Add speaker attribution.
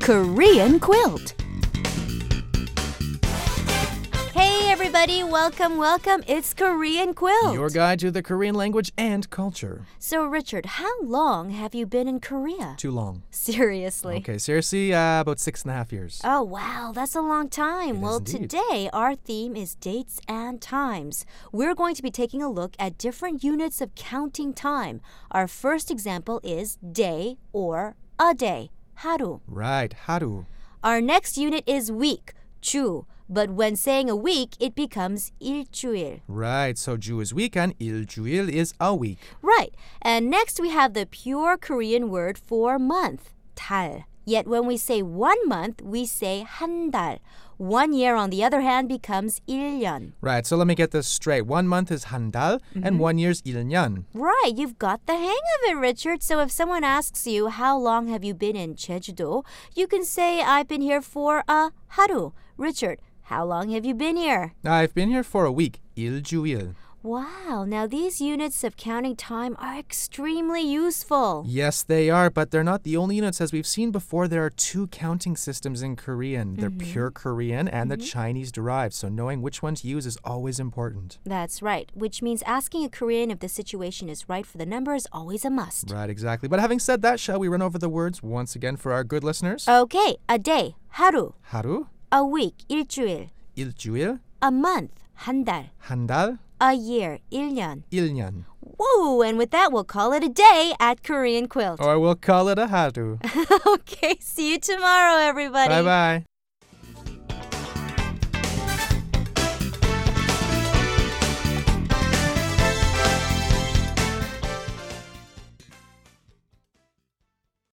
Speaker 1: Korean quilt.
Speaker 2: Hey everybody, welcome, welcome. It's Korean Quilt.
Speaker 3: Your guide to the Korean language and culture.
Speaker 2: so Richard, how long have you been in Korea?
Speaker 3: Too long.
Speaker 2: Seriously.
Speaker 3: Okay, seriously, uh, about six and a half years.
Speaker 2: Oh wow, that's a long time.
Speaker 3: It
Speaker 2: well,
Speaker 3: is indeed.
Speaker 2: today our theme is dates and times. We're going to be taking a look at different units of counting time. Our first example is day or a day, haru.
Speaker 3: Right, haru.
Speaker 2: Our next unit is week, chu. But when saying a week, it becomes 일주일.
Speaker 3: Right, so Jew is weekend, iljuil is a week.
Speaker 2: Right. And next we have the pure Korean word for month, 달. Yet when we say one month, we say 한 달. One year, on the other hand, becomes 1년.
Speaker 3: Right, so let me get this straight. One month is handal,
Speaker 2: Mm-hmm.
Speaker 3: and one year's ilnyan.
Speaker 2: Right, you've got the hang of it, Richard. So if someone asks you, how long have you been in Jeju-do? You can say, I've been here for a haru. Richard, how long have you been here?
Speaker 3: I've been here for a week, iljuil.
Speaker 2: Wow, now these units of counting time are extremely useful.
Speaker 3: Yes, they are, but they're not the only units. As we've seen before, there are two counting systems in Korean they're
Speaker 2: Mm-hmm.
Speaker 3: pure Korean and the Chinese derived, so knowing which one to use is always important.
Speaker 2: That's right, which means asking a Korean if the situation is right for the number is always a must.
Speaker 3: Right, exactly. But having said that, shall we run over the words once again for our good listeners?
Speaker 2: Okay, a day, 하루,
Speaker 3: 하루,
Speaker 2: a week, 일주일,
Speaker 3: 일주일,
Speaker 2: a month, 한 달,
Speaker 3: 한 달,
Speaker 2: a year, 1년.
Speaker 3: 1년.
Speaker 2: Whoa, and with that, we'll call it a day at
Speaker 3: Oh.
Speaker 2: Korean Quilt.
Speaker 3: Or we'll call it a haru.
Speaker 2: okay, see you tomorrow, everybody.
Speaker 3: Bye bye.